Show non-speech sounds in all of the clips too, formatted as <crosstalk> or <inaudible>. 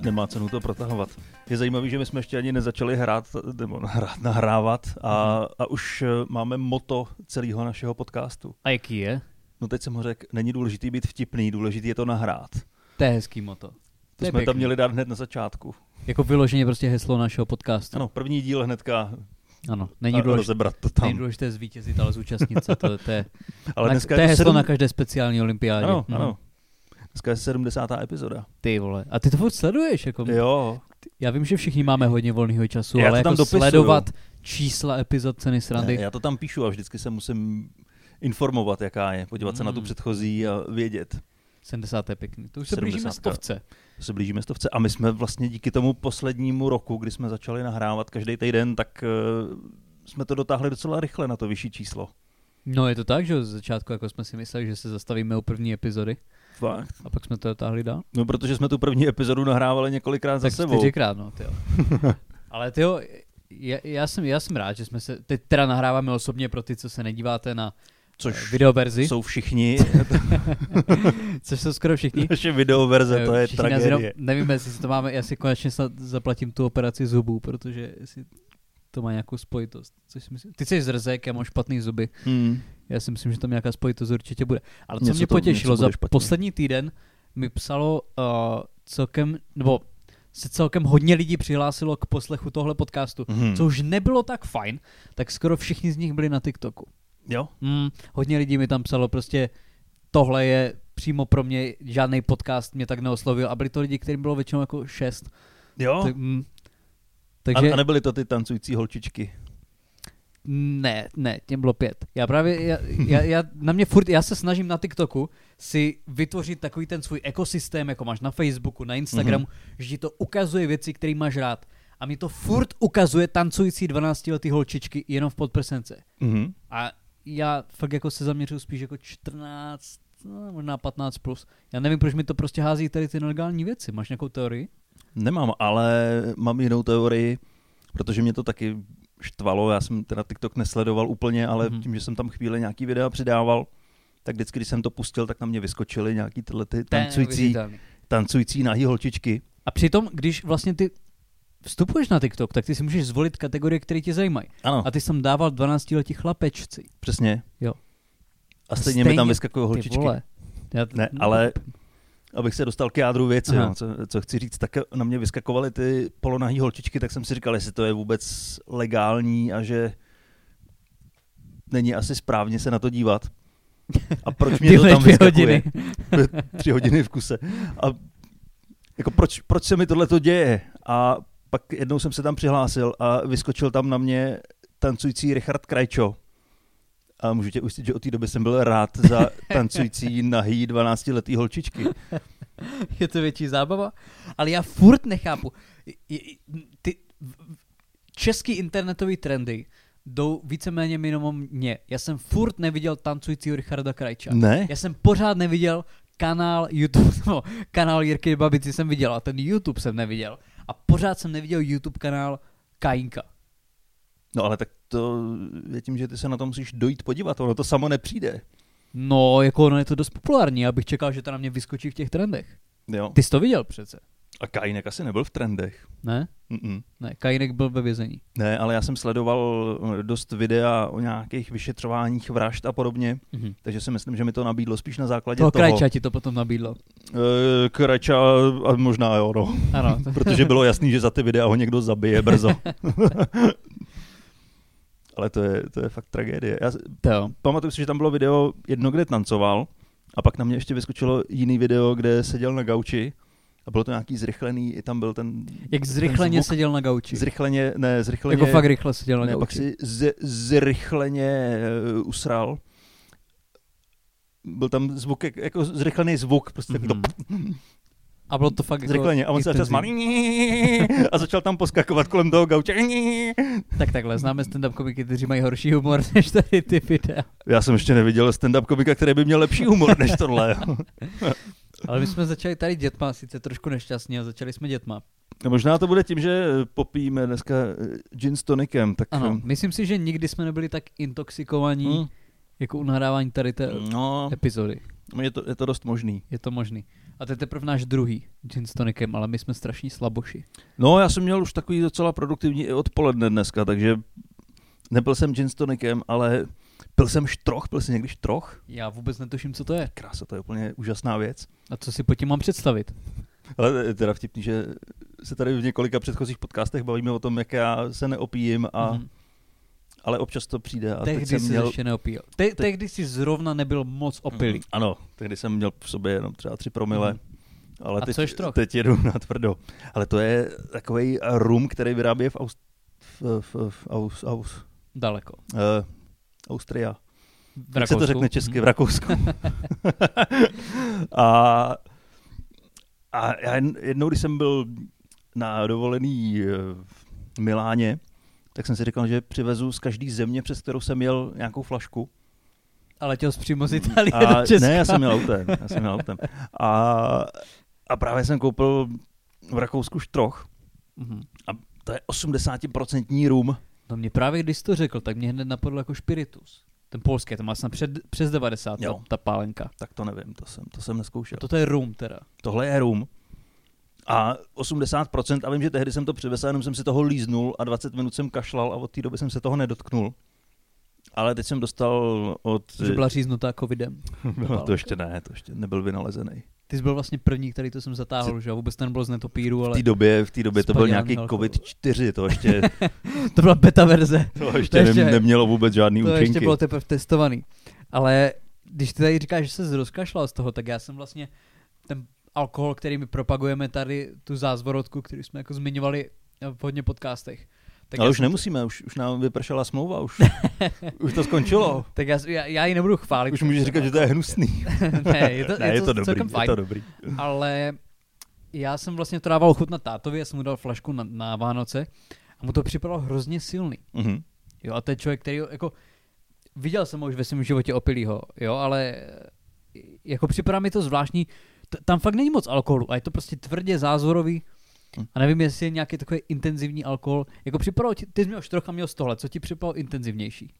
nemá cenu to protahovat. Je zajímavé, že my jsme ještě ani nezačali hrát, nebo hrát, nahrávat Mhm. a, a už eh, máme moto celého našeho podcastu. A jaký je? No teď jsem ho řekl, není důležitý být vtipný, důležitý je to nahrát. To je hezký moto. To, to je jsme tam měli dát hned na začátku. Jako vyloženě prostě heslo našeho podcastu. Ano, první díl hnedka Ano, a- není a důležité, rozebrat to tam. není důležité zvítězit, ale zúčastnit se. To, to je, <laughs> Ale na, dneska to je to heslo sedm- na každé speciální olympiádě. Ano, Mhm. ano. Dneska je 70. epizoda. Ty vole. A ty to furt sleduješ. Jako, Jo, já vím, že všichni máme hodně volného času, Já to ale tam jako dopisuju. sledovat čísla epizod ceny ne, srandy. já to tam píšu a vždycky se musím informovat, jaká je, podívat se na tu Mm. předchozí a vědět. 70. je pěkný. To už se blížíme 70. stovce. To se blížíme stovce a my jsme vlastně díky tomu poslednímu roku, kdy jsme začali nahrávat každý týden, tak uh, jsme to dotáhli docela rychle na to vyšší číslo. No je to tak, že z začátku jako jsme si mysleli, že se zastavíme u první epizody Fakt. a pak jsme to dotáhli dál. No, protože jsme tu první epizodu nahrávali několikrát za Tak sebou. čtyřikrát, <laughs> no, tyjo. Ale tyjo, já, já, jsem, já jsem rád, že jsme se, teď teda nahráváme osobně pro ty, co se nedíváte na eh, Což videoverzi, jsou všichni, <laughs> což jsou skoro všichni. <laughs> naše videoverze, Eh, to je všichni nás jenom- tragédie. Nevíme, jestli si to máme, já si konečně snad zaplatím tu operaci zubů, protože si to má nějakou spojitost. Což si myslím, ty jsi zrzek, já mám špatný zuby. Hmm. Já si myslím, že tam nějaká spojitost určitě bude. Ale co Něco mě to- potěšilo, něco za bude špatně. poslední týden mi psalo uh, celkem, nebo se celkem hodně lidí přihlásilo k poslechu tohle podcastu, Mhm. co už nebylo tak fajn, tak skoro všichni z nich byli na TikToku. Jo? Mm, hodně lidí mi tam psalo prostě tohle je přímo pro mě, žádný podcast mě tak neoslovil a byli to lidi, kterým bylo většinou jako šest. Jo? Tak, mm, Takže... takže No. A, a nebyly to ty tancující holčičky. Ne, ne, těm bylo pět. Já právě, já, já, já, na mě furt, já se snažím na TikToku si vytvořit takový ten svůj ekosystém, jako máš na Facebooku, na Instagramu, mm-hmm. že ti to ukazuje věci, které máš rád. A mi to furt ukazuje tancující 12-letý holčičky jenom v podprsence. Mhm. A já fakt jako se zaměřuju spíš jako 14, no, možná 15 plus. Já nevím, proč mi to prostě hází tady ty nelegální věci. Máš nějakou teorii? Nemám, ale mám jinou teorii, protože mě to taky štvalo, já jsem teda TikTok nesledoval úplně, ale Mhm. mm-hmm. tím, že jsem tam chvíli nějaký videa přidával, tak vždycky, když jsem to pustil, tak na mě vyskočily nějaký tyhle ty To je tancující, neuvěřitelný. tancující nahý holčičky. A přitom, když vlastně ty vstupuješ na TikTok, tak ty si můžeš zvolit kategorie, které tě zajímají. Ano, A ty jsem dával 12-letí chlapečci. přesně. Jo. A stejně, mi Stejně, tam vyskakují Ty holčičky. vole. Já, no, Ne, ale abych se dostal k jádru věci, Aha. no, co, co chci říct, tak na mě vyskakovaly ty polonahý holčičky, tak jsem si říkal, jestli to je vůbec legální a že není asi správně se na to dívat. A proč mě to Tyhle tam dvě vyskakuje? hodiny. <laughs> Tři hodiny v kuse. A jako proč, proč se mi tohle to děje? A pak jednou jsem se tam přihlásil a vyskočil tam na mě tancující Richard Krajčo. A můžu tě ujistit, že od té doby jsem byl rád za tancující nahý 12-letý holčičky. Je to větší zábava. Ale já furt nechápu. I- i- Ty český internetový trendy jdou víceméně minimum mě. Já jsem furt neviděl tancujícího Richarda Krajča. Ne? Já jsem pořád neviděl kanál YouTube, <laughs> no, kanál Jirky Babici jsem viděl, a ten YouTube jsem neviděl. A pořád jsem neviděl YouTube kanál Kajinka. No ale tak to je tím, že ty se na to musíš dojít podívat, ono to samo nepřijde. No, jako ono je to dost populární, já bych čekal, že to na mě vyskočí v těch trendech. Jo. Ty jsi to viděl přece, A Kajinek asi nebyl v trendech. ne? Mm-mm. Ne, Kajinek byl ve vězení. Ne, ale já jsem sledoval eh, dost videa o nějakých vyšetřováních vražd a podobně, Mhm. takže si myslím, že mi to nabídlo spíš na základě Toho toho. krajča ti to potom <laughs> nabídlo. Eh, Krajča, a možná jo, <laughs> no. Ano. Protože bylo jasný, že za ty videa ho někdo zabije brzo. ale to je, to je fakt tragédie. Já s- to jo. pamatuju si, že tam bylo video jedno, kde tancoval a pak na mě ještě vyskočilo jiný video, kde seděl na gauči a bylo to nějaký zrychlený, i tam byl ten... Jak zrychleně zvuk- seděl na gauči. Zrychleně, ne, zrychleně... Jako fakt rychle seděl na ne, pak gauči. si z, zrychleně uh, usral. Byl tam zvuk, jak, jako zrychlený zvuk, prostě mm-hmm. to Mhm. A bylo to fakt jako zrychleně. A on se začal smát intenzivní. <laughs> a začal tam poskakovat kolem toho gauče. Tak takhle, známe stand-up komiky, kteří mají horší humor <laughs> než tady ty videa. Já jsem ještě neviděl stand-up komika, který by měl lepší humor než tohle. <laughs> Ale my jsme začali tady dětma, sice trošku nešťastně, a začali jsme dětma. No Možná to bude tím, že popijeme dneska eh, gin s tonikem, tak... Ano, eh, myslím si, že nikdy jsme nebyli tak intoxikovaní hm, jako u nahrávání tady té No, epizody. je to, je to dost možný. Je to možný. A to je teprve náš druhý gin s tonikem, ale my jsme strašní slaboši. No, já jsem měl už takový docela produktivní i odpoledne dneska, takže nebyl jsem gin s tonikem, ale pil jsem štroch, pil jsem někdy štroch. Já vůbec netuším, co to je. Krása, to je úplně úžasná věc. A co si pod tím mám představit? Ale je teda vtipný, že se tady v několika předchozích podcastech bavíme o tom, jak já se neopijím, a, Mhm. ale občas to přijde. A tehdy teď jsem jsi měl, ještě neopil. Te, tehdy jsi zrovna nebyl moc opilý. Mm, Ano, tehdy jsem měl v sobě jenom třeba tři promile. Mhm. Ale A teď, co je štroch? teď jedu na tvrdo. Ale to je takový rum, který vyrábí v, Aust- v, v, v Aus, Aus, Daleko. uh, Austria. V Jak se to Rakousku. Mm-hmm. řekne česky Mhm. v Rakousku? <laughs> a, a já jen- jednou, když jsem byl na dovolený eh, v Miláně, tak jsem si říkal, že přivezu z každé země, přes kterou jsem jel, nějakou flašku. Ale těl jsi přímo z <laughs> Itálie Mhm. A, do Česka. ne, já jsem měl autem. Já jsem měl autem. A, a právě jsem koupil v Rakousku štroch. Mhm. To je 80% rum. No mě právě, když jsi to řekl, tak mě hned napadlo jako špiritus. Ten polský, to má snad před, přes 90, ta, Jo. ta pálenka. Tak to nevím, to jsem, to jsem neskoušel. Toto je rum teda. Tohle je rum. A 80%, a vím, že tehdy jsem to přivezl, jenom jsem si toho líznul a 20 minut jsem kašlal a od té doby jsem se toho nedotknul. Ale teď jsem dostal od... Že byla říznutá covidem. <laughs> no, to ještě ne, to ještě nebyl vynalezený. Ty jsi byl vlastně první, který to jsem zatáhl, že jo? Vůbec to nebylo z netopíru, V ale té době, v té době to byl Spaděl nějaký na alkohol. COVID-4, to ještě, <laughs> to byla beta verze. to To ještě, ještě- ne, nemělo vůbec žádný To účinky. ještě bylo teprve testovaný. Ale když ty tady říkáš, že se rozkašlal z toho, tak já jsem vlastně ten alkohol, který my propagujeme tady, tu zázvorodku, kterou jsme jako zmiňovali v hodně podcastech. Tak Ale já už jsem- nemusíme, už, už nám vypršela smlouva, <laughs> už, už to skončilo. Tak já, já, já ji nebudu chválit. Už můžeš říkat, že to je hnusný. <laughs> ne, No, je <laughs> to, ne, je to dobrý, celkem je fajn. to dobrý. ale já jsem vlastně to dával chut na tátovi, já jsem mu dal flašku na, na Vánoce a mu to připadalo hrozně silný. Mhm. Jo, a to je člověk, který jako, viděl jsem ho už ve svém životě opilýho, jo, ale eh, jako připadá mi to zvláštní, T- tam fakt není moc alkoholu a je to prostě tvrdě zázvorový Hm. a nevím, jestli je nějaký takový intenzivní alkohol. Jako připadalo ti, ty jsi měl štrocha, měl z tohle, co ti připadalo intenzivnější?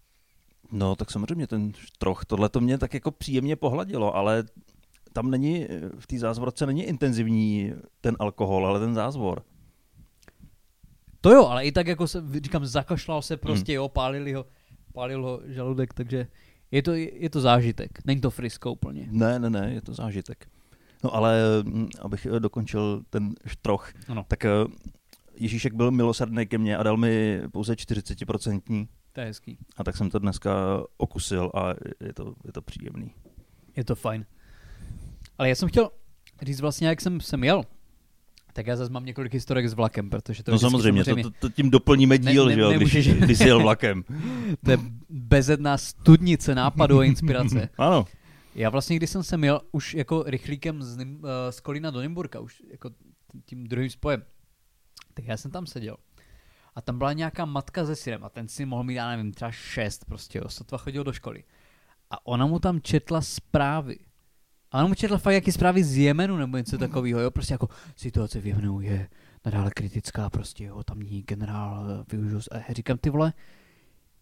No, tak samozřejmě ten troch, tohle to mě tak jako příjemně pohladilo, ale tam není, v té zázvorce není intenzivní ten alkohol, ale ten zázvor. To jo, ale i tak jako se, říkám, zakašlal se prostě, jo, pálili ho, pálil ho žaludek, takže je to, je to zážitek, není to frisko úplně. Ne, ne, ne, je to zážitek. No ale mm, abych eh, dokončil ten štroch, Ano. tak eh, Ježíšek byl milosrdný ke mně a dal mi pouze 40% To je hezký. a tak jsem to dneska okusil a je to, je to příjemný. Je to fajn. Ale já jsem chtěl říct vlastně, jak jsem sem jel, tak já zase mám několik historek s vlakem, protože to no vždycky samozřejmě, to, to, to tím doplníme Ne- díl, ne- že jo, když, nemůžeš- když jsi jel <laughs> vlakem. to je bezedná studnice nápadů <laughs> a inspirace. Ano. Já vlastně, když jsem sem jel už jako rychlíkem z, Nim, uh, z Kolína do Nymburka, už jako tím druhým spojem, tak já jsem tam seděl. A tam byla nějaká matka se synem a ten syn mohl mít, já nevím, třeba šest prostě, jo, sotva chodil do školy. A ona mu tam četla zprávy. A ona mu četla fakt jaký zprávy z Jemenu nebo něco takového, jo, prostě jako situace v Jemenu je nadále kritická, prostě jo, tamní generál eh, využil, z- a já říkám ty vole,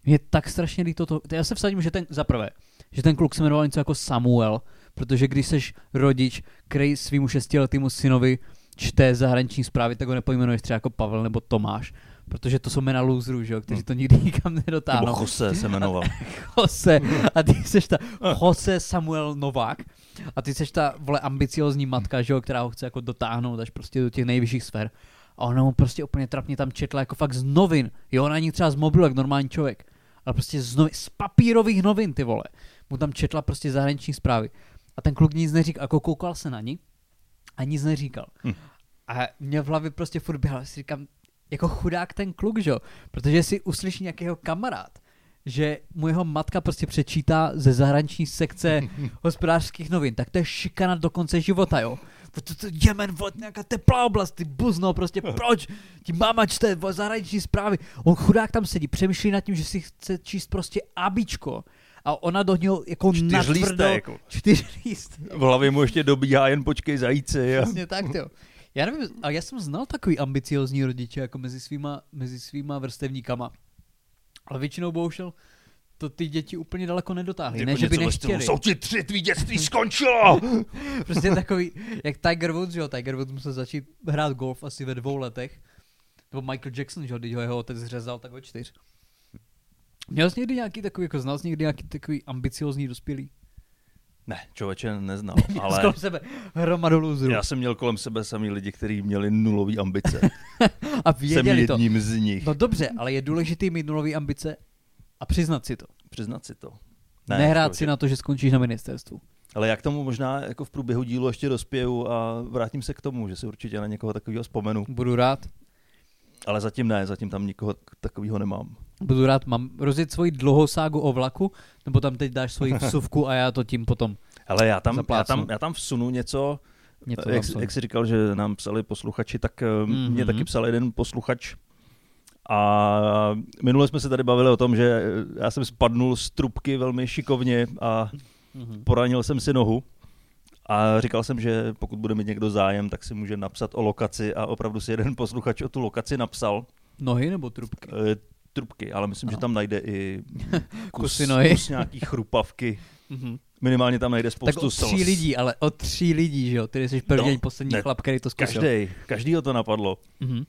mě je tak strašně líto to, já se vsadím, že ten, za prvé, že ten kluk se jmenoval něco jako Samuel, protože když seš rodič, který svýmu šestiletému synovi čte zahraniční zprávy, tak ho nepojmenuješ třeba jako Pavel nebo Tomáš, protože to jsou jména loserů, že jo, kteří to nikdy nikam No. Nebo nedotáhnou. Jose se <laughs> jmenoval. Jose, a ty jsi ta Jose Samuel Novák a ty jsi ta, vole, ambiciozní matka, že jo, která ho chce jako dotáhnout až prostě do těch nejvyšších sfér. A ona mu prostě úplně trapně tam četla jako fakt z novin, jo, ona ani třeba z mobilu, jak normální člověk, ale prostě z, novin, z papírových novin, ty vole. Mu tam četla prostě zahraniční zprávy. A ten kluk nic neříkal, jako koukal se na ní a nic neříkal. Hm. A mě v hlavě prostě furt běhal, si říkám, jako chudák ten kluk, že jo, protože si uslyší nějakého kamarád, že mu jeho matka prostě přečítá ze zahraniční sekce hospodářských novin, tak to je šikana do konce života, jo. To, to, Jemen, vole, nějaká teplá oblast, ty buzno, prostě proč? Ti máma čte vole, zahraniční zprávy. On chudák tam sedí, přemýšlí nad tím, že si chce číst prostě abičko. A ona do něho jako natvrdo... Čtyřlístek. Čtyř líst. V hlavě mu ještě dobíhá jen počkej zajíci. A... <laughs> Přesně tak, jo. Já nevím, ale já jsem znal takový ambiciozní rodiče jako mezi svýma, mezi svýma vrstevníkama. Ale většinou bohužel to ty děti úplně daleko nedotáhly. Jako Ne, že by něco ve stylu, nechtěli. Jsou ti tři, tvý <laughs> dětství skončilo! <laughs> Prostě takový, jak Tiger Woods, jo, Tiger Woods musel začít hrát golf asi ve dvou letech. Nebo Michael Jackson, že jo, když ho jeho otec řezal, tak ho čtyř. Měl jsi někdy nějaký takový, jako znal jsi někdy nějaký takový ambiciozní dospělý? ne, člověče, <laughs> neznal, Ale... ale Skoro sebe hromadu loserů. já jsem měl kolem sebe samý lidi, kteří měli nulový <laughs> ambice. A jsem věděli to. jedním z nich. No dobře, ale je důležitý mít nulový ambice a přiznat si to. Přiznat si to. Ne, Nehrát člověče. si na to, že skončíš na ministerstvu. Ale já k tomu možná jako v průběhu dílu ještě dospěju a vrátím se k tomu, že si určitě na někoho takového vzpomenu. Budu rád. Ale zatím ne, zatím tam nikoho takového nemám. Budu rád, mám rozjet svoji dlouhou ságu o vlaku, nebo tam teď <laughs> dáš svoji vsuvku a já to tím potom Ale já tam, já Zaplácnu. tam, já tam vsunu něco, něco jak, tam jak jsi říkal, že nám psali posluchači, tak Mhm. mm-hmm. mě taky psal jeden posluchač. A minule jsme se tady bavili o tom, že eh, já jsem spadnul z trubky velmi šikovně a Mhm. poranil jsem si nohu. A říkal jsem, že pokud bude mít někdo zájem, tak si může napsat o lokaci a opravdu si jeden posluchač o tu lokaci napsal. Nohy nebo trubky? E, trubky, ale myslím, Ano. že tam najde <laughs> i kus, Kusy nohy. kus nějaký chrupavky. Mhm. Minimálně tam najde Tak spoustu o tří lidí, ale o tří lidí, že jo? Ty jsi první No, poslední ne, chlap, který to zkusil. Každý, každýho to napadlo. Mhm.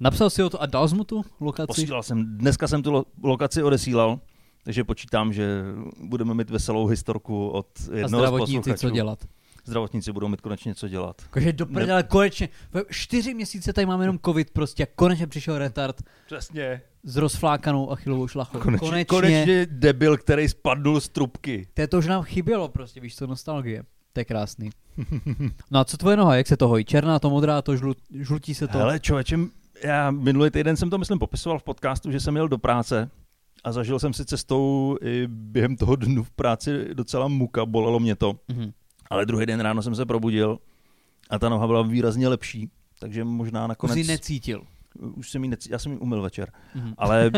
Napsal si ho to a dal jsi mu tu lokaci? Posílal jsem, dneska jsem tu lo- lokaci odesílal, takže počítám, že budeme mít veselou historku od A jednoho z zdravotníci, posluchačů. co dělat? Zdravotníci budou mít konečně co dělat. Jakože do prdele, konečně. ve Čtyři měsíce tady máme jenom covid prostě a konečně přišel retard Přesně. s rozflákanou achilovou šlachou. Konečně, konečně. debil, který spadnul z trubky. To, je to už nám chybělo prostě, víš co, nostalgie. To je krásný. <laughs> No a co tvoje noha, jak se to hojí? Černá, to modrá, to žlu, žlutí se to. Hele, člověče, já minulý týden jsem to, myslím, popisoval v podcastu, že jsem jel do práce a zažil jsem si cestou i během toho dnu v práci docela muka, bolelo mě to. Mhm. Ale druhý den ráno jsem se probudil a ta noha byla výrazně lepší, takže možná Už nakonec... Jako jsi necítil. Už jsem jí nec... Já jsem ji umyl večer, Mhm. <laughs> ale...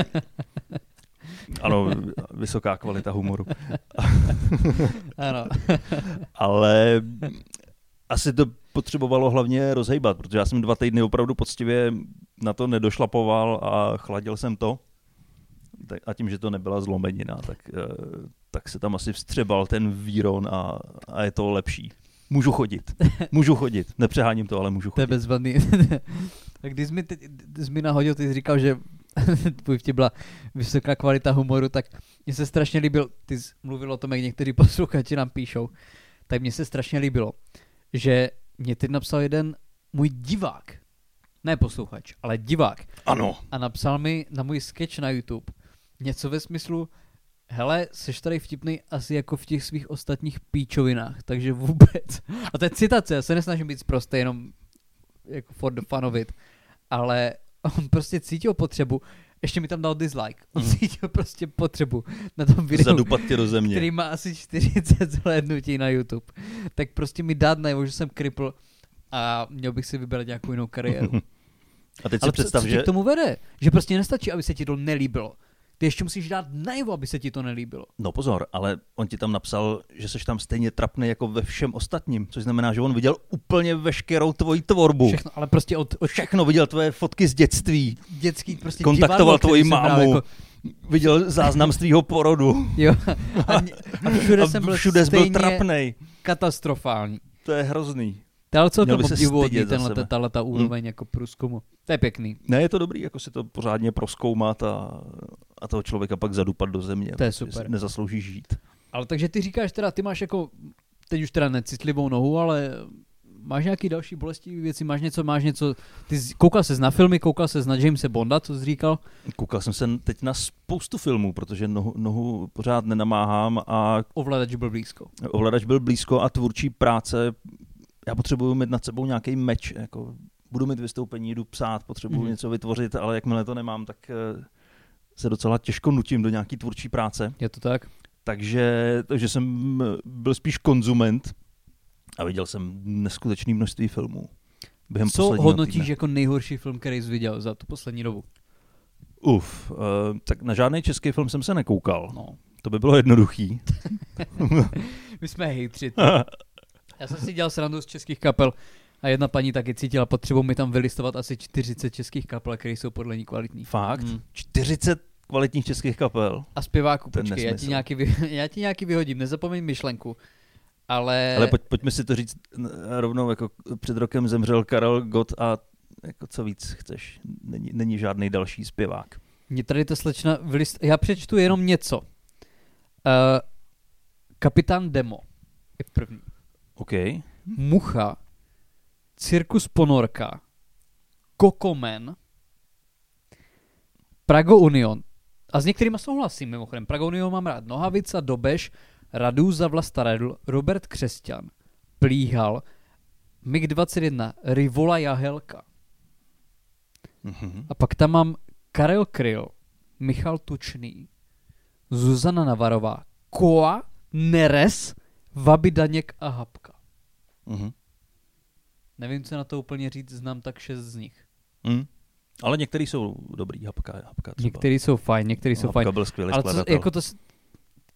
ano, vysoká kvalita humoru. Ano. Ale asi to potřebovalo hlavně rozhejbat, protože já jsem dva týdny opravdu poctivě na to nedošlapoval a chladil jsem to. Tak- A tím, že to nebyla zlomenina, tak, eh, tak se tam asi vstřebal ten výron a, a je to lepší. Můžu <laughs> chodit, můžu chodit, nepřeháním to, ale můžu To je chodit. bezvadný. <laughs> tak když jsi mi, teď, když jsi mi nahodil, ty jsi říkal, že <laughs> tvůj vtip byla vysoká kvalita humoru, tak mně se strašně líbil, ty jsi mluvil o tom, jak někteří posluchači nám píšou, tak mně se strašně líbilo, že mě teď napsal jeden můj divák, ne posluchač, ale divák, Ano, a napsal mi na můj sketch na YouTube něco ve smyslu, hele, seš tady vtipný asi jako v těch svých ostatních píčovinách, takže vůbec. A to je citace, já se nesnažím být prostě jenom jako for the fun of it, ale on prostě cítil potřebu, ještě mi tam dal dislike, on cítil prostě potřebu na tom videu, zadupat tě do země. který má asi 40 zhlédnutí na YouTube, tak prostě mi dát najevo, že jsem kripl a měl bych si vybrat nějakou jinou kariéru. A teď si Ale představ, co, co že... tě k tomu vede? Že prostě nestačí, aby se ti to nelíbilo. Ty ještě musíš dát najevo, aby se ti to nelíbilo. No pozor, ale on ti tam napsal, že jsi tam stejně trapný jako ve všem ostatním, což znamená, že on viděl úplně veškerou tvoji tvorbu. Všechno, Všechno, ale prostě od, od Všechno viděl tvoje fotky z dětství, dětský prostě kontaktoval divadlo, který tvoji jsem hrál mámu, viděl záznam z tvýho porodu. jo, a, mě, <laughs> a všude a jsem byl všude jsi byl stejně trapnej. katastrofální. To je hrozný. To je Ale Měl celkem by se obdivuhodný stydět za tenhle, sebe. Mm. tato, ta úroveň jako průzkumu. To je pěkný, Ne, je to dobrý, jako si to pořádně proskoumat a, a toho člověka pak zadupat do země. To je protože si super. Nezaslouží žít. Ale takže ty říkáš teda, ty máš jako, teď už teda necitlivou nohu, ale máš nějaký další bolestivé věci, máš něco, máš něco, ty jsi- koukal ses na filmy, koukal ses na Jamese Bonda, co jsi říkal, Koukal jsem se teď na spoustu filmů, protože nohu, nohu pořád nenamáhám a ovladač byl blízko. ovladač byl blízko a tvůrčí práce. Já potřebuju mít nad sebou nějaký meč, jako budu mít vystoupení, jdu psát, potřebuju Mhm. mm. něco vytvořit, ale jakmile to nemám, tak eh, se docela těžko nutím do nějaký tvůrčí práce. Je to tak? Takže, takže jsem eh, byl spíš konzument a viděl jsem neskutečné množství filmů. Během Co posledního hodnotíš týdne. jako nejhorší film, který jsi viděl za tu poslední dobu? Uf, uh, tak na žádný český film jsem se nekoukal. No. To by bylo jednoduchý. My jsme hejtři. <laughs> Já jsem si dělal srandu z českých kapel a jedna paní taky cítila potřebu mi tam vylistovat asi 40 českých kapel, které jsou podle ní kvalitní. Fakt? Mm. 40 kvalitních českých kapel. A zpěváku, Ten počkej, já ti, nesmysl. nějaký vy, <laughs> já ti nějaký vyhodím, nezapomeň myšlenku. Ale, Ale pojď, pojďme si to říct n- rovnou, jako před rokem zemřel Karel Gott a jako co víc chceš, není, není žádný další zpěvák. mě tady ta slečna vylist... Já přečtu jenom něco. Uh, kapitán Demo je první. OK. Mucha, Cirkus Ponorka, Kokomen, Prago Union. A s některýma souhlasím mimochodem. Prago Union mám rád. Nohavica, Dobeš, Radů za Vlastaredl, Robert Křesťan, Plíhal, MiG-21, Rivola Jahelka. Mm-hmm. A pak tam mám Karel Kryl, Michal Tučný, Zuzana Navarová, Koa, Neres, Vaby Daněk a Hapka. Mm-hmm. Nevím, co na to úplně říct, znám tak šest z nich. Mm. Ale některý jsou dobrý, hapka, hapka třeba. Některý jsou fajn, některý jsou hapka fajn. byl skvělý Ale co, skladatel. jako to, s-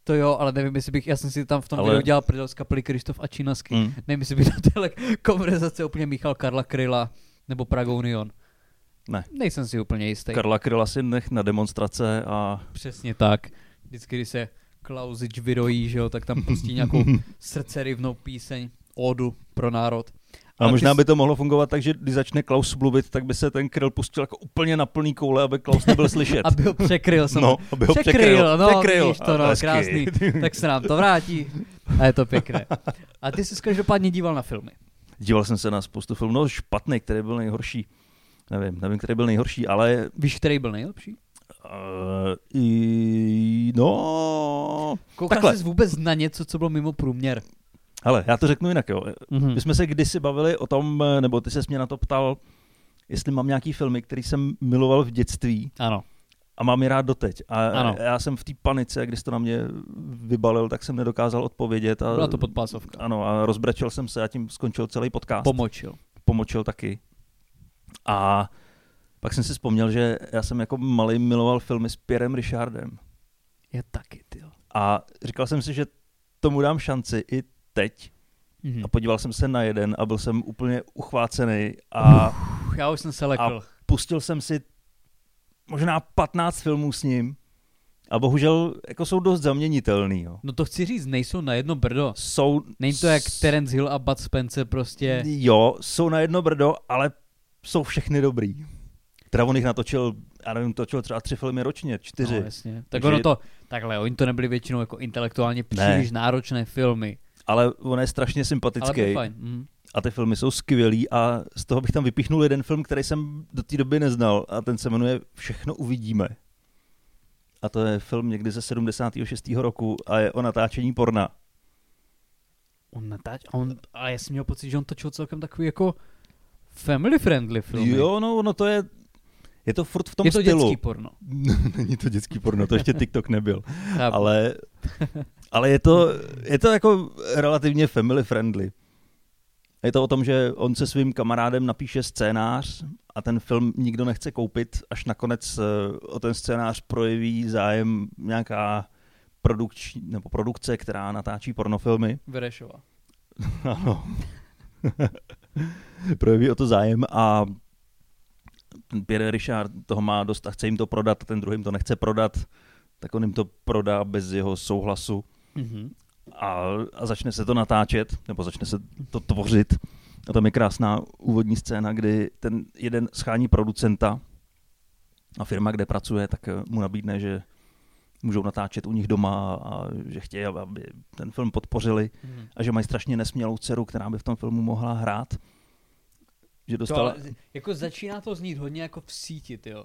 to jo, ale nevím, jestli bych, já jsem si tam v tom Ale- ale... videu dělal prdel z kapely Krištof a Činasky. Mm. Mm. Nevím, jestli bych na téhle konverzace úplně Michal Karla Kryla nebo Praga Union. Ne. Nejsem si úplně jistý. Kar... Karla Kryla si nech na demonstrace a Přesně tak. Vždycky, když se Klausič vyrojí, že jo, tak tam pustí <laughs> nějakou srdcerivnou píseň, ódu pro národ. A, Ale možná ty- by to mohlo fungovat tak, že když začne Klaus mluvit, tak by se ten kryl pustil jako úplně na plný koule, aby Klaus nebyl slyšet. Aby ho překryl jsem. no, aby ho překryl. no, překryl. vidíš to, A no, hezky. krásný. Tak se nám to vrátí a je to pěkné. A ty jsi každopádně díval na filmy. Díval jsem se na spoustu filmů, no špatný, který byl nejhorší. Nevím, nevím, který byl nejhorší, ale Víš, který byl nejlepší? uh, i, no... Koukal Takhle. jsi vůbec na něco, co bylo mimo průměr? Hele, já to řeknu jinak, jo. Mm-hmm. My jsme se kdysi bavili o tom, eh, nebo ty se mě na to ptal, jestli mám nějaký filmy, který jsem miloval v dětství Ano. a mám je rád doteď. A Ano. já jsem v té panice, když to na mě vybalil, tak jsem nedokázal odpovědět. A, Byla to podpásovka. Ano, a rozbrečel jsem se a tím skončil celý podcast. Pomočil. Pomočil taky. A pak jsem si vzpomněl, že já jsem jako malý miloval filmy s Pierrem Richardem. Je taky, ty. A říkal jsem si, že tomu dám šanci i teď. Mm-hmm. A podíval jsem se na jeden a byl jsem úplně uchvácený. A Já už jsem se lekl. pustil jsem si možná 15 filmů s ním. A bohužel jako jsou dost zaměnitelný. Jo. No to chci říct, nejsou na jedno brdo. Jsou, Není to jak Terence Hill a Bud Spencer prostě. Jo, jsou na jedno brdo, ale jsou všechny dobrý. Teda on jich natočil, já nevím, točil třeba tři filmy ročně, čtyři. No, No, jasně. Tak Takže- ono to, takhle, oni to nebyli většinou jako intelektuálně příliš náročné filmy. ale on je strašně Ale byl sympatický fajn. Mm. a ty filmy jsou skvělý a z toho bych tam vypíchnul jeden film, který jsem do té doby neznal a ten se jmenuje Všechno uvidíme. A to je film někdy ze 76. roku a je o natáčení porna. On natáč, on, ale já jsem měl pocit, že on točil celkem takový jako family friendly film. Jo, no, no to je, je to furt v tom je to stylu. dětský porno. <laughs> Není to dětský porno, to ještě TikTok nebyl. Chápu. ale, ale je, to, je to jako relativně family friendly. Je to o tom, že on se svým kamarádem napíše scénář a ten film nikdo nechce koupit, až nakonec eh, o ten scénář projeví zájem nějaká produkční, nebo produkce, která natáčí pornofilmy. Verešova. <laughs> Ano. projeví o to zájem a ten Pierre Richard toho má dost a chce jim to prodat, ten druhým to nechce prodat, tak on jim to prodá bez jeho souhlasu Mm-hmm. a, a začne se to natáčet, nebo začne se to tvořit. A tam je krásná úvodní scéna, kdy ten jeden schání producenta a firma, kde pracuje, tak eh, mu nabídne, že můžou natáčet u nich doma a že chtějí, aby ten film podpořili Mm-hmm. a že mají strašně nesmělou dceru, která by v tom filmu mohla hrát. Že To, dostala... ale, jako začíná to znít hodně jako v síti, jo.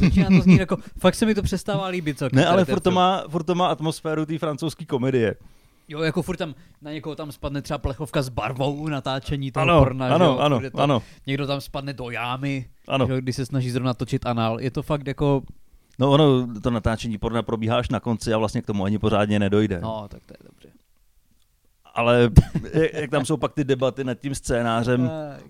Začíná to znít jako, fakt se mi to přestává líbit. Co, jako Ne, ale ten furt to, film. má, furt to má atmosféru té francouzské komedie. Jo, jako furt tam, na někoho tam spadne třeba plechovka s barvou u natáčení toho Ano, porna, že jo, ano, ano, furt je to, ano, Někdo tam spadne do jámy, ano. Že, jo, když se snaží zrovna točit anal. Je to fakt jako, No ono, to natáčení porna probíhá až na konci a vlastně k tomu ani pořádně nedojde. no, tak to je dobře. Ale <laughs> jak- jak tam jsou pak ty debaty nad tím scénářem, Eh,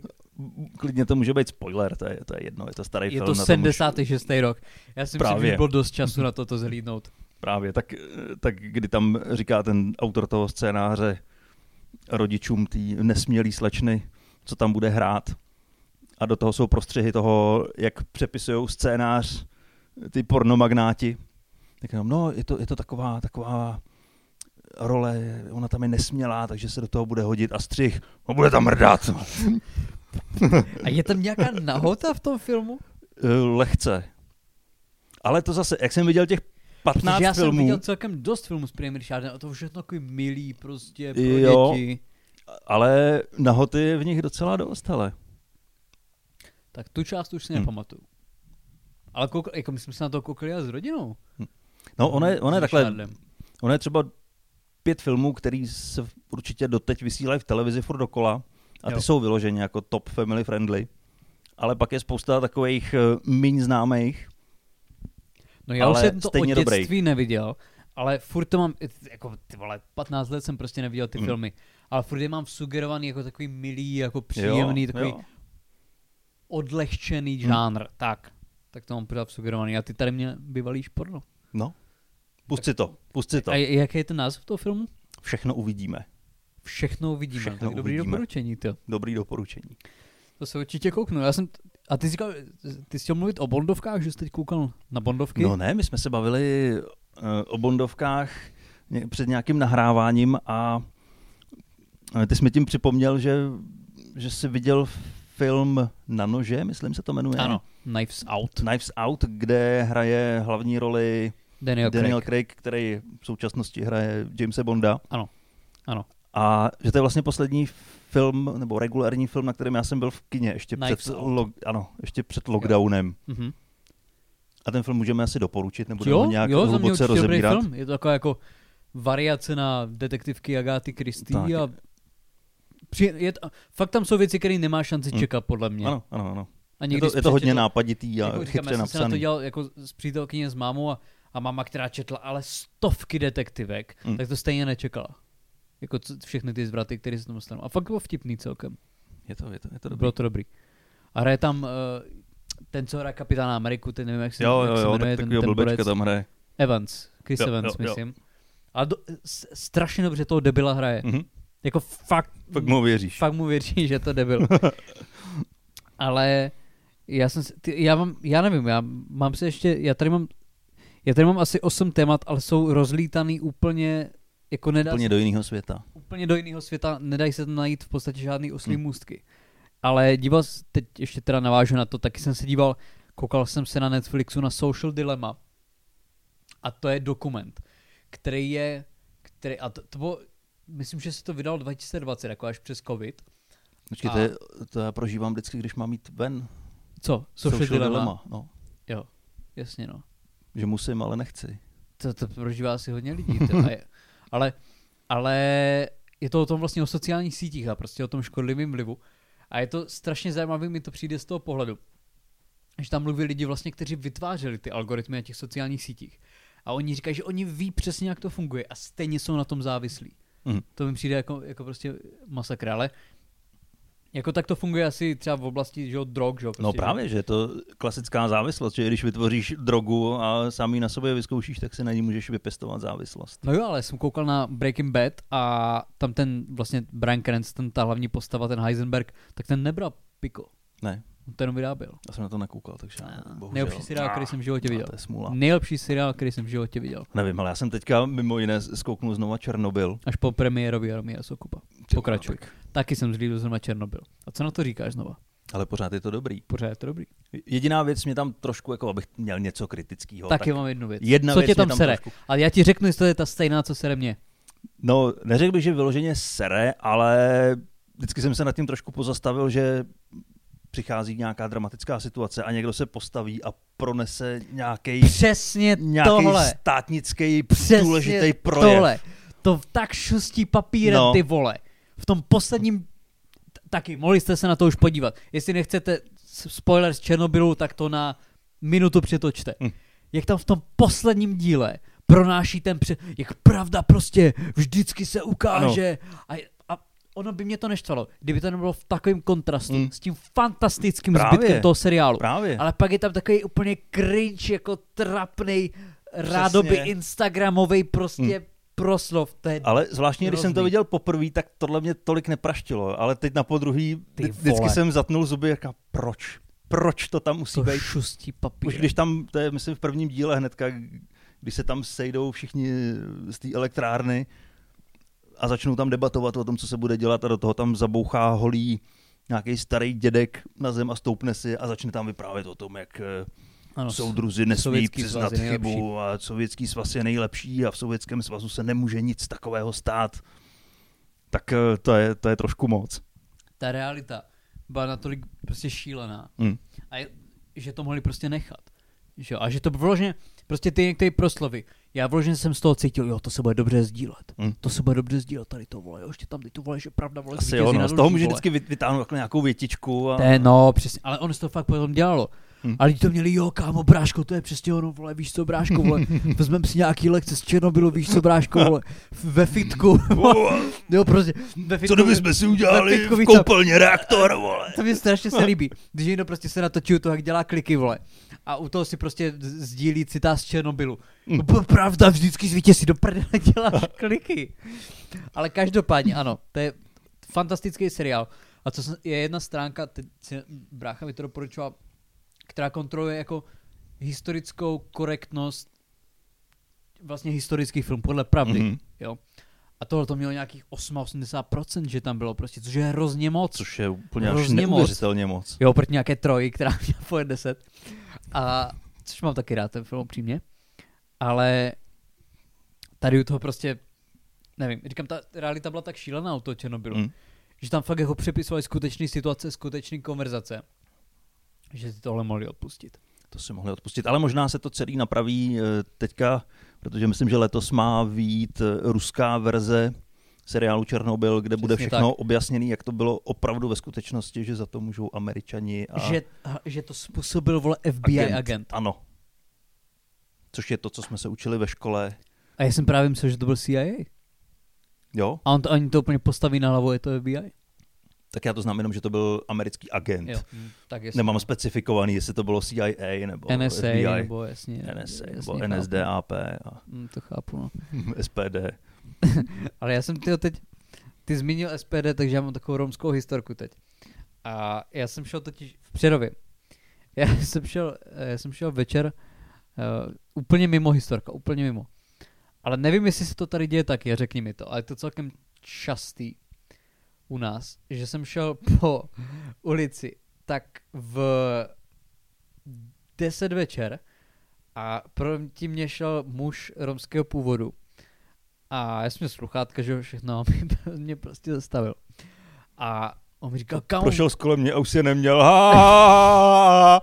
klidně to může být spoiler, to je, to je jedno, je to starý Je film. to na tom už- 76. rok. Já si myslím, Právě. že už bylo dost času na toto zhlídnout. Právě, tak, tak kdy tam říká ten autor toho scénáře rodičům té nesmělý slečny, co tam bude hrát. A do toho jsou prostřehy toho, jak přepisují scénář ty pornomagnáti, Říkám, no, je to, je to taková, taková role, ona tam je nesmělá, takže se do toho bude hodit a střih, no bude tam mrdat. <laughs> A je tam nějaká nahota v tom filmu? Eh, Lehce. Ale to zase, jak jsem viděl těch 15 Protože já jsem filmů, viděl celkem dost filmů s Prem Richardem a to už je takový milý prostě pro Jo. děti. ale nahoty je v nich docela dost, hele. Tak tu část už si Hm. nepamatuju. Ale kouk, jako my jsme se na to koukali a s rodinou. No, ono je, ono je S takhle, Richardem. Ono je třeba pět filmů, který se v- určitě doteď vysílají v televizi furt dokola a ty Jo. jo. jsou vyloženě jako top family friendly. Ale pak je spousta takových uh, míň známých. No já už ale jsem to od stejně dětství dobrý. neviděl, ale furt to mám, jako ty vole, 15 let jsem prostě neviděl ty Hm. filmy, ale furt je mám sugerovaný jako takový milý, jako příjemný, jo, takový Jo. odlehčený Hmm. žánr, tak. Tak to mám pořád sugerovaný a ty tady mě vyvalíš porno. No, pust si to, pust si to. A j- jaký je ten název toho filmu? Všechno uvidíme. Všechno uvidíme. Všechno tak dobrý uvidíme. doporučení, to. Dobrý doporučení. To se určitě kouknu. Já jsem, t- a ty jsi, říkal, ty jsi chtěl mluvit o Bondovkách, že jsi teď koukal na Bondovky? No ne, my jsme se bavili uh, o bondovkách ně- před nějakým nahráváním a eh, ty jsi mi tím připomněl, že, že jsi viděl film Na nože, myslím se to jmenuje. ano. Knives Out. Knives Out, kde hraje hlavní roli Daniel, Daniel, Daniel Craig. Craig. který v současnosti hraje Jamesa Bonda. Ano. Ano. A že to je vlastně poslední film, nebo regulární film, na kterém já jsem byl v kině ještě, Knives před, Out. lo, ano, ještě před lockdownem. Mhm. A ten film můžeme asi doporučit, nebo Jo, ho nějak jo, za mě hluboce určitě dobrý rozebírat. film. Je to taková jako variace na detektivky Agáty Tak. Christie a při, je to, fakt tam jsou věci, které nemá šanci Hm. čekat, podle mě. Ano, ano, ano. A Je někdy to, je to hodně přečetl- nápaditý a jako říkám, chytře já jsem se na to napsaný. dělal jako s přítelkyně s mámou a, a máma, která četla ale stovky detektivek, mm. Mm. tak to stejně nečekala. Jako co, všechny ty zvraty, které se tomu stanou. A fakt bylo vtipný celkem. Je to, je to, je to To dobrý. bylo to dobrý. A hraje tam uh, ten, co hraje kapitána Ameriku, ten nevím, jak se, Jo, jak jo, se jo, tak, jmenuje, ten, takovýho ten blbečka borec. tam hraje. Evans, Chris Jo, Evans, jo, jo. myslím. A do, s, strašně dobře toho debila hraje. Mhm. Jako fakt, Fakt mu věříš. fakt mu věří, že to debil. Ale já jsem, si- ty, já mám, já nevím, já mám se ještě, já tady mám, já tady mám asi 8 témat, ale jsou rozlítaný úplně, jako nedá Úplně úplně, do jiného světa. se, úplně do jiného světa, nedají se tam najít v podstatě žádný oslý hmm. Hmm. můstky. Ale díval, s- teď ještě teda navážu na to, taky jsem se díval, koukal jsem se na Netflixu na Social Dilemma a to je dokument, který je, který, a to, to bylo, myslím, že se to vydalo 2020, jako až přes covid, Počkej, A- to, je, to já prožívám vždycky, když mám jít ven. Co? Social, Social dilemma. dilemma. No, Jo, jasně no. že musím, ale nechci. To, to prožívá asi hodně lidí. <laughs> Teda. je- ale, ale je to o tom vlastně o sociálních sítích a prostě o tom škodlivém vlivu. A je to strašně zajímavé, mi to přijde z toho pohledu, že tam mluví lidi vlastně, kteří vytvářeli ty algoritmy na těch sociálních sítích. A oni říkají, že oni ví přesně, jak to funguje a stejně jsou na tom závislí. Mhm. To mi přijde jako, jako prostě masakr, ale jako tak to funguje asi třeba v oblasti že, jo, drog, že? jo, Prostě, No že- právě, že je to klasická závislost, že když vytvoříš drogu a sám ji na sobě vyzkoušíš, tak si na ní můžeš vypěstovat závislost. No jo, ale jsem koukal na Breaking Bad a tam ten vlastně Brian Cranston, ta hlavní postava, ten Heisenberg, tak ten nebral piko. Ne, On ten vyráběl. já jsem na to nekoukal, takže já nevím, bohužel. Nejlepší seriál, který jsem v životě Ah, viděl. To je smůla. Nejlepší seriál, který jsem v životě viděl. Nevím, ale já jsem teďka mimo jiné skouknul znova Černobyl. Až po premiérovi Jaromíra Sokupa. Ty Pokračuj. vole, tak- Taky jsem zlídl zrovna Černobyl. A co na to říkáš znova? Ale pořád je to dobrý. Pořád je to dobrý. Jediná věc mě tam trošku, jako abych měl něco kritického. Taky mám jednu věc. No, Jedna co věc tě mě tam, tam sere? trošku- Ale já ti řeknu, jestli to je ta stejná, co sere mě. No, neřekl bych, že vyloženě sere, ale vždycky jsem se nad tím trošku pozastavil, že přichází nějaká dramatická situace a někdo se postaví a pronese nějaký Přesně tohle. státnický Přesně důležitý projev. tohle. To tak šustí papírem, no. No. ty vole. V tom posledním t- taky, mohli jste se na to už podívat. Jestli nechcete s- spoiler z Černobylu, tak to na minutu přetočte. Hm. Jak tam v tom posledním díle pronáší ten pře... Jak pravda prostě vždycky se ukáže. No. Ano. A, a ono by mě to neštvalo, kdyby to nebylo v takovém kontrastu Hm. s tím fantastickým Právě. zbytkem toho seriálu. Právě. Ale pak je tam takový úplně cringe, jako trapnej, rádoby Instagramový prostě hmm. proslov. To je, Hm. Ale zvláštně, když jsem to Hrozný. viděl poprvé, tak tohle mě tolik nepraštilo, ale teď na podruhý Ty vždy- vždycky vole. jsem zatnul zuby a říkal, proč? Proč to tam musí to být? šustí papír. Už když tam, to je myslím v prvním díle hnedka, když se tam sejdou všichni z té elektrárny a začnou tam debatovat o tom, co se bude dělat a do toho tam zabouchá holí nějaký starý dědek na zem a stoupne si a začne tam vyprávět o tom, jak eh, ano, soudruzi nesmí Sovětský přiznat svaz je nejlepší. chybu a sovětský svaz je nejlepší a v sovětském svazu se nemůže nic takového stát. Tak eh, to je, to je trošku moc. ta realita byla natolik prostě šílená, Hmm. a je, že to mohli prostě nechat. Že? jo, A že to vložně, prostě ty některé proslovy, já vložně jsem z toho cítil, jo, to se bude dobře sdílet. Hmm. To se bude dobře sdílet tady to vole, jo, ještě tam ty to vole, že pravda vole. Asi zvítězí jo, nad no, z toho lží, může vole. vždycky vy- vytáhnout takhle nějakou větičku. A... To je, no, přesně, ale ono se to fakt potom dělalo. Hm. Hmm. A lidi to měli, jo, kámo, bráško, to je přesně ono, vole, víš co, bráško, vole, vezmeme si nějaký lekce z Černobylu, víš co, bráško, vole, ve fitku, O, <laughs> jo, prostě, ve fitku. co kdyby jsme si udělali Fitkovi v to- koupelně reaktor, vole? To mě strašně se líbí, když někdo prostě se natočí u toho, jak dělá kliky, vole. A u toho si prostě z- sdílí citát z Černobylu. Mm. Mm. Pravda, vždycky zvítězí do prdele <laughs> děláš kliky. Ale každopádně, ano, to je fantastický seriál. A co jsem- je jedna stránka, teď si, brácha mi to doporučoval, která kontroluje jako historickou korektnost vlastně historických filmů podle pravdy. Mhm. Mm-hmm. Jo. A tohle to mělo nějakých 8-80%, že tam bylo prostě, což je hrozně moc. Což je úplně až Hrozně moc. neuvěřitelně moc. Jo, proti nějaké troji, která <laughs> měla po 10. A což mám taky rád ten film upřímně. Ale tady u toho prostě, nevím, říkám, ta realita byla tak šílená u toho Černobylu, Mm. mm. že tam fakt jako přepisovali skutečné situace, skutečné konverzace, že si tohle mohli odpustit. To si mohli odpustit, ale možná se to celý napraví eh, teďka, protože myslím, že letos má být eh, ruská verze seriálu Černobyl, kde bude Přesně všechno objasněné, jak to bylo opravdu ve skutečnosti, že za to můžou američani a A. Že, a- že to způsobil, vole, FBI agent. agent. Ano. Což je to, co jsme se učili ve škole. A já jsem právě myslel, že to byl CIA. Jo? A on to, oni to úplně postaví na hlavu, je to FBI. Tak já to znám jenom, že to byl americký agent. Jo, hm, tak jasně. Nemám specifikovaný, jestli to bylo CIA nebo NSA, FBI, nebo jasně. NSA, jasně, nebo chápu. NSDAP a <laughs> Hm, to chápu, no. SPD. Ale já jsem tyjo, teď, ty zmínil SPD, takže já mám takovou romskou historku teď. A já jsem šel totiž v Přerově. Já <laughs> jsem šel, eh, já jsem šel večer uh, úplně mimo historka, úplně mimo. Ale nevím, jestli se to tady děje taky, řekni mi to, ale je to celkem častý u nás, že jsem šel <laughs> po ulici tak v 10 večer a proti mě šel muž romského původu a já jsem měl sluchátka, že jo, všechno, <laughs> a on mě prostě zastavil. A on mi říkal, kam? Prošel s kolem mě a už si je neměl. Ha!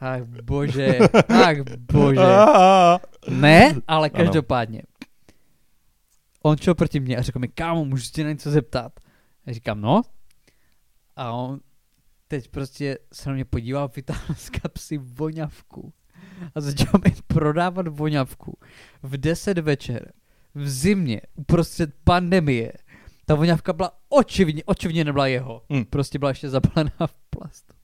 Ach bože, ach bože. A- Ne, ale každopádně. On šel proti mě a řekl mi, kámo, můžu se tě na něco zeptat? Já říkám, no. A on teď prostě se na mě podíval, vytáhl z kapsy voňavku a začal mi prodávat voňavku v 10 večer, v zimě, uprostřed pandemie. Ta voňavka byla očivně, očivně nebyla jeho. Hm. Hmm. Prostě byla ještě zapalená v plastu.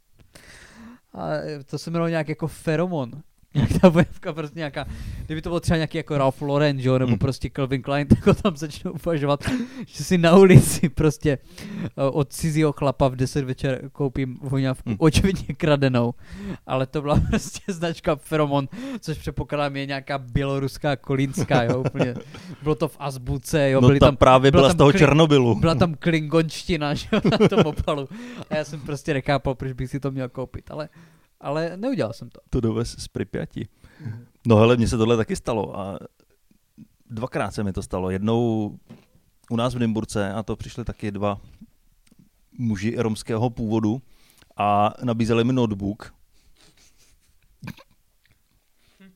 A to se jmenovalo nějak jako feromon. Jak ta voňavka prostě nějaká, kdyby to bylo třeba nějaký jako Ralph Lauren, že jo, nebo Hm. prostě Calvin Klein, <laughs> tak ho tam začnou uvažovat, že si na ulici prostě eh, od cizího chlapa v 10 večer koupím voňavku, Hm. očividně kradenou. Ale to byla <laughs> prostě značka Feromon, což předpokládám je nějaká běloruská kolínská, jo, úplně. Bylo to v Azbuce, jo, no byly ta tam právě byla byla, z tam toho kli- Černobylu. byla tam klingonština, že jo, na tom opalu. A já jsem prostě nechápal, proč bych si to měl koupit, ale, ale neudělal jsem to. To dovez z Pripyati. No hele, mně se tohle taky stalo a dvakrát se mi to stalo. Jednou u nás v Nymburce a to přišli taky dva muži romského původu a nabízeli mi notebook.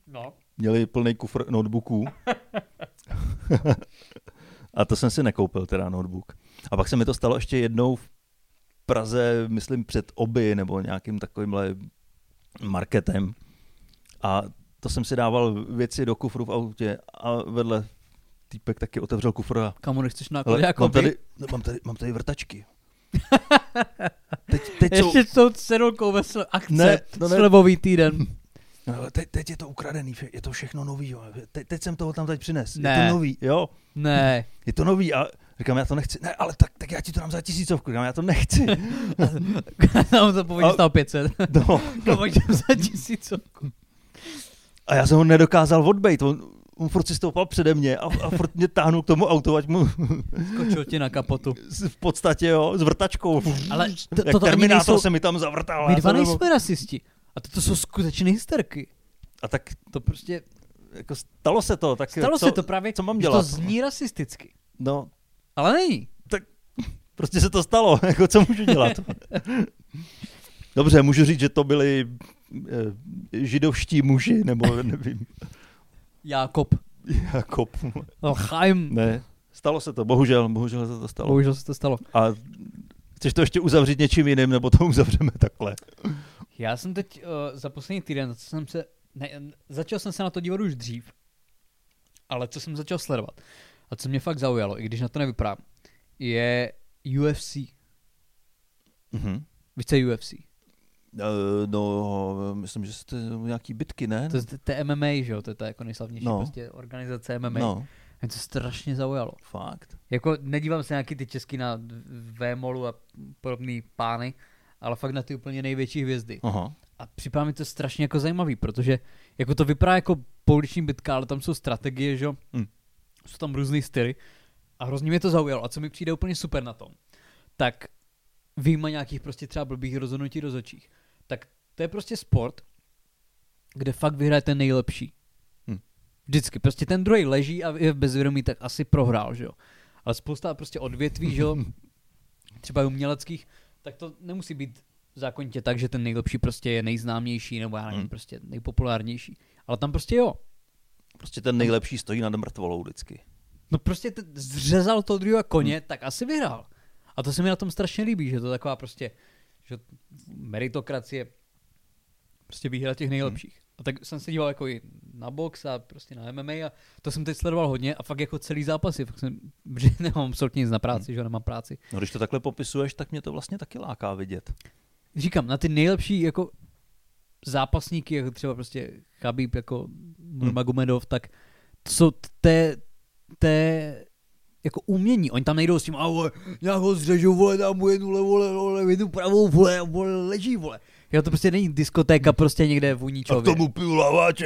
No. Měli plný kufr notebooků. a to jsem si nekoupil, teda notebook. A pak se mi to stalo ještě jednou v Praze, myslím před oby nebo nějakým takovýmhle marketem. A to jsem si dával věci do kufru v autě a vedle týpek taky otevřel kufr a Kamu nechceš "Hele, náklad jako mám, tady, tady, mám, tady, mám tady vrtačky. teď, teď, jsou, Ještě jsou s cedulkou ve sle- akce, Ne, ne, to to ne. slevový týden. no, teď, teď je to ukradený, vše- je to všechno nový. Jo. Te, teď jsem toho tam teď přines. Je Ne. to nový, jo. Ne, <laughs> je to nový a říkám, já to nechci, ne, ale tak, tak já ti to dám za tisícovku, říkám, já to <laughs> nechci. tam to povodí A- <laughs> stalo 500. No, Kamu jsem za tisícovku. A já jsem ho nedokázal odbejt, on, on furt si stoupal přede mě a, a furt mě táhnul k tomu autu, ať mu Skočil ti na kapotu. v podstatě jo, s vrtačkou. <laughs> Ale to- Jak to- to ani Terminátor nejsou- se mi tam zavrtal. My já dva jsem- nejsme rasisti. A to, to jsou skutečné hysterky. A tak To prostě, jako stalo se to. Tak stalo co, se to právě, co mám že dělat? to zní rasisticky. No, Ale není. prostě se to stalo, <laughs> jako co můžu <laughs> dělat? Dobře, můžu říct, že to byli eh, židovští muži, <laughs> nebo nevím, Jakob. Jakob. No, Chaim. Ne, stalo se to, bohužel, bohužel se to stalo. Bohužel se to stalo. A chceš to ještě uzavřít něčím jiným, nebo to <laughs> uzavřeme takhle? Já jsem teď uh, za poslední týden, co jsem se, ne, n- začal jsem se na to dívat už dřív, ale co jsem začal sledovat a co mě fakt zaujalo, i když na to nevypadám, je UFC. Mhm. Víš, co je UFC? Eh, No, myslím, že jste nějaký bitky, ne? To je, to je MMA, že jo? To je ta jako nejslavnější No. no. prostě organizace MMA. No. No, Mě to strašně zaujalo. fakt. Jako nedívám se na nějaký ty český na Vémolu a podobný pány, ale fakt na ty úplně největší hvězdy. Aha. A připadá mi to strašně jako zajímavý, protože jako to vypadá jako pouliční bitka, ale tam jsou strategie, že jo? Mm. Jsou tam různý styly. A hrozně mě to zaujalo. A co mi přijde úplně super na tom, tak výjima nějakých prostě třeba blbých rozhodnutí rozhodčích, tak to je prostě sport, kde fakt vyhraje ten nejlepší. Mm. Vždycky. Prostě ten druhý leží a je v bezvědomí, tak asi prohrál, že jo? Ale spousta prostě odvětví, že jo? Třeba i uměleckých, tak to nemusí být zákonitě tak, že ten nejlepší prostě je nejznámější nebo já nevím, Mm. hmm. prostě nejpopulárnější. Ale tam prostě jo. Prostě ten nejlepší stojí nad mrtvolou vždycky. No prostě ten zřezal to druhého koně, hmm. tak asi vyhrál. A to se mi na tom strašně líbí, že to je taková prostě, že meritokracie, prostě výhra těch nejlepších. Hmm. A tak jsem se díval jako i na box a prostě na MMA a to jsem teď sledoval hodně a fakt jako celý zápasy, fakt jsem, <laughs> že nemám absolutně nic na práci, hmm. že jo, nemám práci. No, když to takhle popisuješ, tak mě to vlastně taky láká vidět. říkám, na ty nejlepší jako zápasníky, jako třeba prostě Khabib, jako Nurmagomedov, tak to jsou té, té jako umění. Oni tam nejdou s tím, a vole, nějak ho zřežu, vole, dám mu jednu levou, levou, levou, jednu pravou, vole, a vole, leží, vole. Jo, to prostě není diskotéka prostě někde v Uníčově. piju laváče,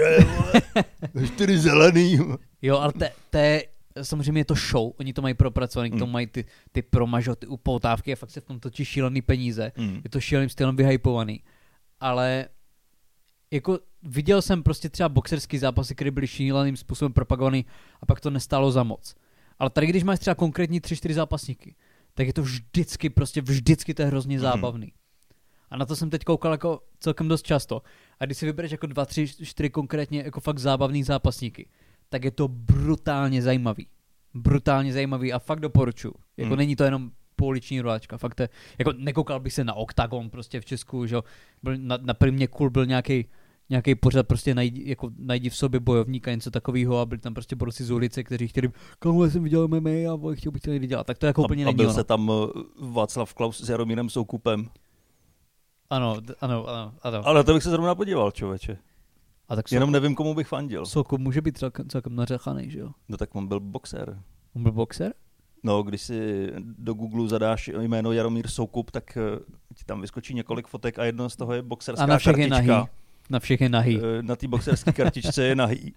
<laughs> čtyři zelený. Jo, ale te, te, samozřejmě je to show, oni to mají propracovaný, k tomu mají ty, ty promažo, ty upoutávky a fakt se v tom točí šílený peníze. Mm. Je to šíleným stylem vyhypovaný. Ale jako viděl jsem prostě třeba boxerský zápasy, které byly šíleným způsobem propagovaný a pak to nestálo za moc. Ale tady, když máš třeba konkrétní 3-4 zápasníky, tak je to vždycky, prostě vždycky to je hrozně Mhm. zábavný. A na to jsem teď koukal jako celkem dost často. A když si vybereš jako dva, tři, čtyři konkrétně jako fakt zábavný zápasníky, tak je to brutálně zajímavý. Brutálně zajímavý a fakt doporučuju. Jako Hmm. hmm. není to jenom pouliční ruláčka. Fakt to je, jako nekoukal bych se na Octagon prostě v Česku, že jo. Byl na, na primě cool byl nějaký nějaký pořad prostě najdi, jako najdi v sobě bojovníka, něco takového a byli tam prostě borci z ulice, kteří chtěli, kámo, já jsem viděl MMA a vole, chtěl bych to někdy dělat. Tak to jako úplně A, a není byl ono. se tam eh, Václav Klaus s Jaromírem Soukupem. Ano, d- ano, ano, ano. Ale to bych se zrovna podíval, člověče. A tak Jenom... Jenom nevím, komu bych fandil. Sokol může být celkem, celkem nařechaný, že jo? No tak on byl boxer. On byl boxer? No, když si do Google zadáš jméno Jaromír Soukup, tak eh, ti tam vyskočí několik fotek a jedno z toho je boxerská A na všech je kartička. nahý. Na všech je nahý. Eh, Na té boxerské kartičce je nahý.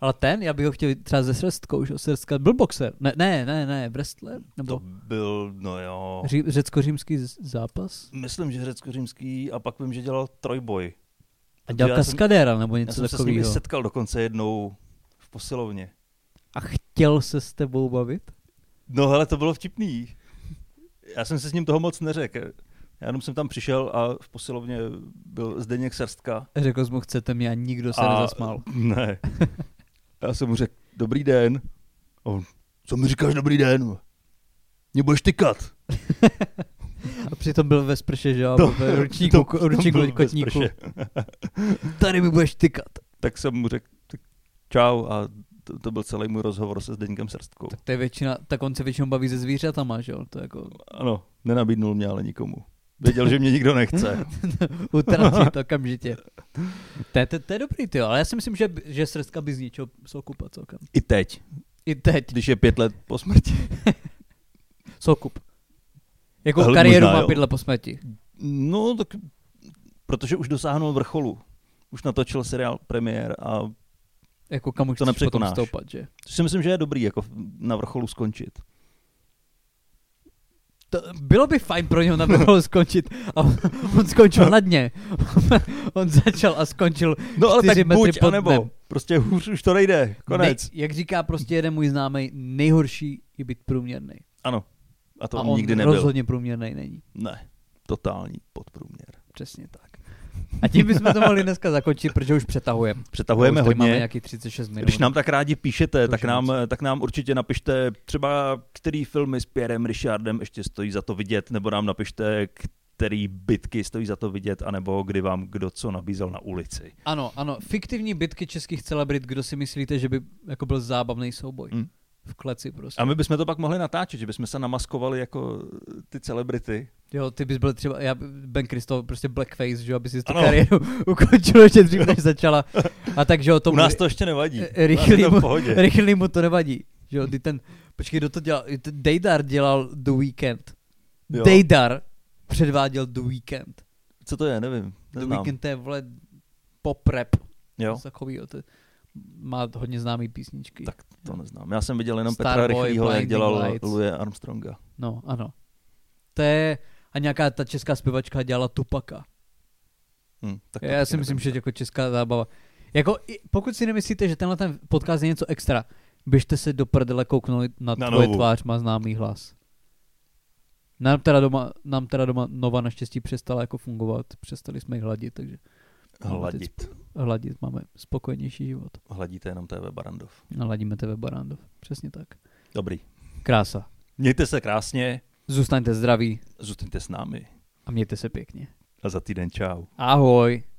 Ale ten, já bych ho chtěl třeba ze srstkou, že jo? Srstka, byl boxer. Ne, ne, ne, ne, wrestler? To Nebo byl, no jo. ří, řecko-římský z- zápas? Myslím, že řecko-římský a pak vím, že dělal trojboj. A já dělal jsem- kaskadéra nebo Já něco jsem se s ním i takového. setkal dokonce jednou v posilovně. A chtěl se s tebou bavit? No hele, to bylo vtipný. Já jsem se s ním toho moc neřekl. Já jenom jsem tam přišel a v posilovně byl Zdeněk Srstka. Řekl jsi mu, chcete mě a nikdo se a... nezasmál. <laughs> Ne. Já jsem mu řekl, dobrý den. A on, co mi říkáš dobrý den? Mě budeš tykat. A přitom byl ve sprše, že jo? To- Ve ručníku, to- to ručníku byl bez kotníku. prše. Tady mi budeš tykat. Tak jsem mu řekl, tak čau a to, to byl celý můj rozhovor se Zdeňkem Srstkou. Tak to je většina, tak on se většinou baví se zvířatama, že jo? To je jako Ano, nenabídnul mě ale nikomu. Věděl, že mě nikdo nechce. <laughs> utratit okamžitě. To je, to, to je dobrý, ty, ale já si myslím, že, že srdska by zničil Soukupa celkem. I teď, I teď když je pět let po smrti. Soukup. Jako Hele, kariéru možná má jo. pět let po smrti. No, tak protože už dosáhnul vrcholu. už natočil seriál premiér a Jako kam už To to chceš potom nepřekonáš. stoupat, že? to si myslím, že je dobrý jako na vrcholu skončit. To, bylo by fajn pro něho na <laughs> vrcholu skončit a <laughs> on, on skončil na dně. <laughs> on začal a skončil No ale Čtyři tak metry buď, pod anebo. dnem. Prostě hůř už to nejde. Konec. Nej, jak říká prostě jeden můj známý, nejhorší je být průměrný. Ano. A to a on, on nikdy nebyl. rozhodně průměrný není. Ne. Totální podprůměr. Přesně tak. A tím bychom to mohli dneska zakončit, protože už přetahujeme. Přetahujeme už tady Máme hodně. nějaký 36 minut. Když nám tak rádi píšete, To tak už je nám, tak nám určitě napište třeba, který filmy s Pierrem Richardem ještě stojí za to vidět, nebo nám napište, který bitky stojí za to vidět, anebo kdy vám kdo co nabízel na ulici. Ano, ano. Fiktivní bitky českých celebrit, kdo si myslíte, že by jako byl zábavný souboj? Mm. V kleci prostě. A my bychom to pak mohli natáčet, že bychom se namaskovali jako ty celebrity. Jo, ty bys byl třeba, já, Ben Kristof, prostě blackface, že jo, aby si tu Ano. kariéru <laughs> ukončil ještě dřív, než začala. A takže jo, to To U nás to ještě nevadí. e, U nás je <laughs> rychlý to mu- v pohodě. <laughs> Rychlý mu to nevadí. Že jo, kdy ten, počkej, kdo to dělal? I ten Dejdar dělal The Weekend. Jo. Dejdar předváděl The Weekend. Co to je, nevím. The Neznám. Weekend to je, vole, pop rap. Jo, Takový, to je- má hodně známý písničky. tak to neznám. Já jsem viděl jenom Petra Starboy, Rychlýho, jak Blinding dělal Lights. Louis Armstronga. No, ano. To je, a nějaká ta česká zpěvačka dělala Tupaka. Hm, tak to Já taky si myslím, nevím. že jako česká zábava. Jako, i- pokud si nemyslíte, že tenhle ten podcast je něco extra, běžte se do prdele kouknout Na na, na tvoje Novu. tvář, má známý hlas. Nám teda, doma, nám teda doma Nova naštěstí přestala jako fungovat, přestali jsme ji hladit, takže Hladit. hladit máme spokojenější život. No, Hladíte jenom TV Barandov. Hladíme TV Barandov, přesně tak. Dobrý. Krása. Mějte se krásně, Zůstaňte zdraví zůstaňte s námi a mějte se pěkně. a za týden čau. Ahoj.